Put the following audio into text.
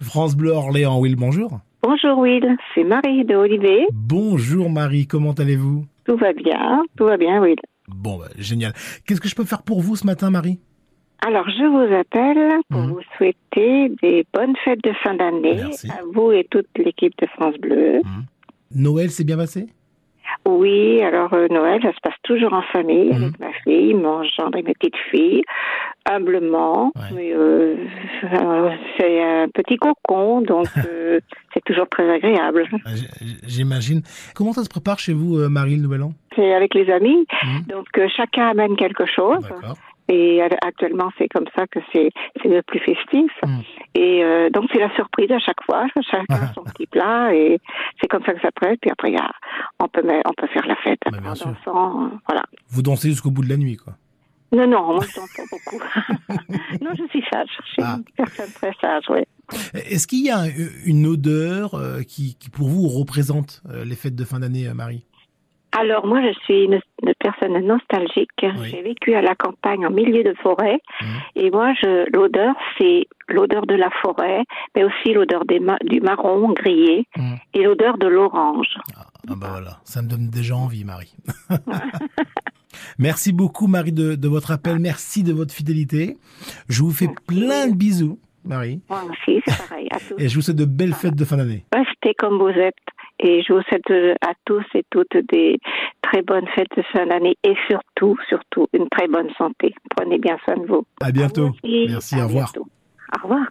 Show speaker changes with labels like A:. A: France Bleu Orléans. Will, bonjour.
B: Bonjour Will, c'est Marie de Olivet.
A: Bonjour Marie, comment allez-vous
B: Tout va bien, tout va bien Will.
A: Bon, bah, génial. Qu'est-ce que je peux faire pour vous ce matin, Marie
B: Alors je vous appelle pour
A: Mhm.
B: vous souhaiter des bonnes fêtes de fin d'année
A: Merci.
B: à vous et toute l'équipe de France Bleu.
A: Noël s'est bien passé
B: Oui, alors euh, Noël, ça se passe toujours en famille
A: Mhm.
B: avec ma fille, mon gendre et mes petites filles, humblement.
A: Ouais.
B: Mais, euh, euh, c'est un petit cocon, donc euh, c'est toujours très agréable.
A: Euh, j- j- J'imagine. Comment ça se prépare chez vous, euh, Marie, le Nouvel An
B: C'est avec les amis,
A: Mhm.
B: donc euh, chacun amène quelque chose.
A: D'accord.
B: Et à- actuellement, c'est comme ça que c'est c'est le plus festif.
A: Mm.
B: Et euh, donc, c'est la surprise à chaque fois. Chacun
A: Ah.
B: son petit plat. Et c'est comme ça que ça prête. Puis après, il y a, on, peut, mettre- on peut faire la fête
A: Bah, bien
B: en
A: sûr.
B: dansant. euh, Voilà.
A: Vous dansez jusqu'au bout de la nuit, quoi.
B: Non, non, moi, je danse pas beaucoup. non, je suis sage. Je suis
A: Ah.
B: une personne très sage, oui.
A: Est-ce qu'il y a un- une odeur euh, qui, qui, pour vous, représente euh, les fêtes de fin d'année, euh, Marie
B: Alors, moi, je suis une, une personne nostalgique.
A: Oui.
B: J'ai vécu à la campagne, en milieu de forêt.
A: Mhm.
B: Et moi, je l'odeur, c'est l'odeur de la forêt, mais aussi l'odeur des ma- du marron grillé
A: Mhm.
B: et l'odeur de l'orange.
A: Ah bah voilà, ça me donne déjà envie, Marie. Merci beaucoup, Marie, de, de votre appel. Merci de votre fidélité. Je vous fais plein de bisous, Marie.
B: Moi aussi, c'est pareil. À tous.
A: Et je vous souhaite de belles fêtes de fin d'année.
B: Restez comme vous êtes. Et je vous souhaite euh, à tous et toutes des très bonnes fêtes de fin d'année et surtout, surtout, une très bonne santé. Prenez bien soin de vous.
A: À bientôt.
B: À vous aussi.
A: Merci,
B: À
A: au revoir.
B: bientôt. Au revoir.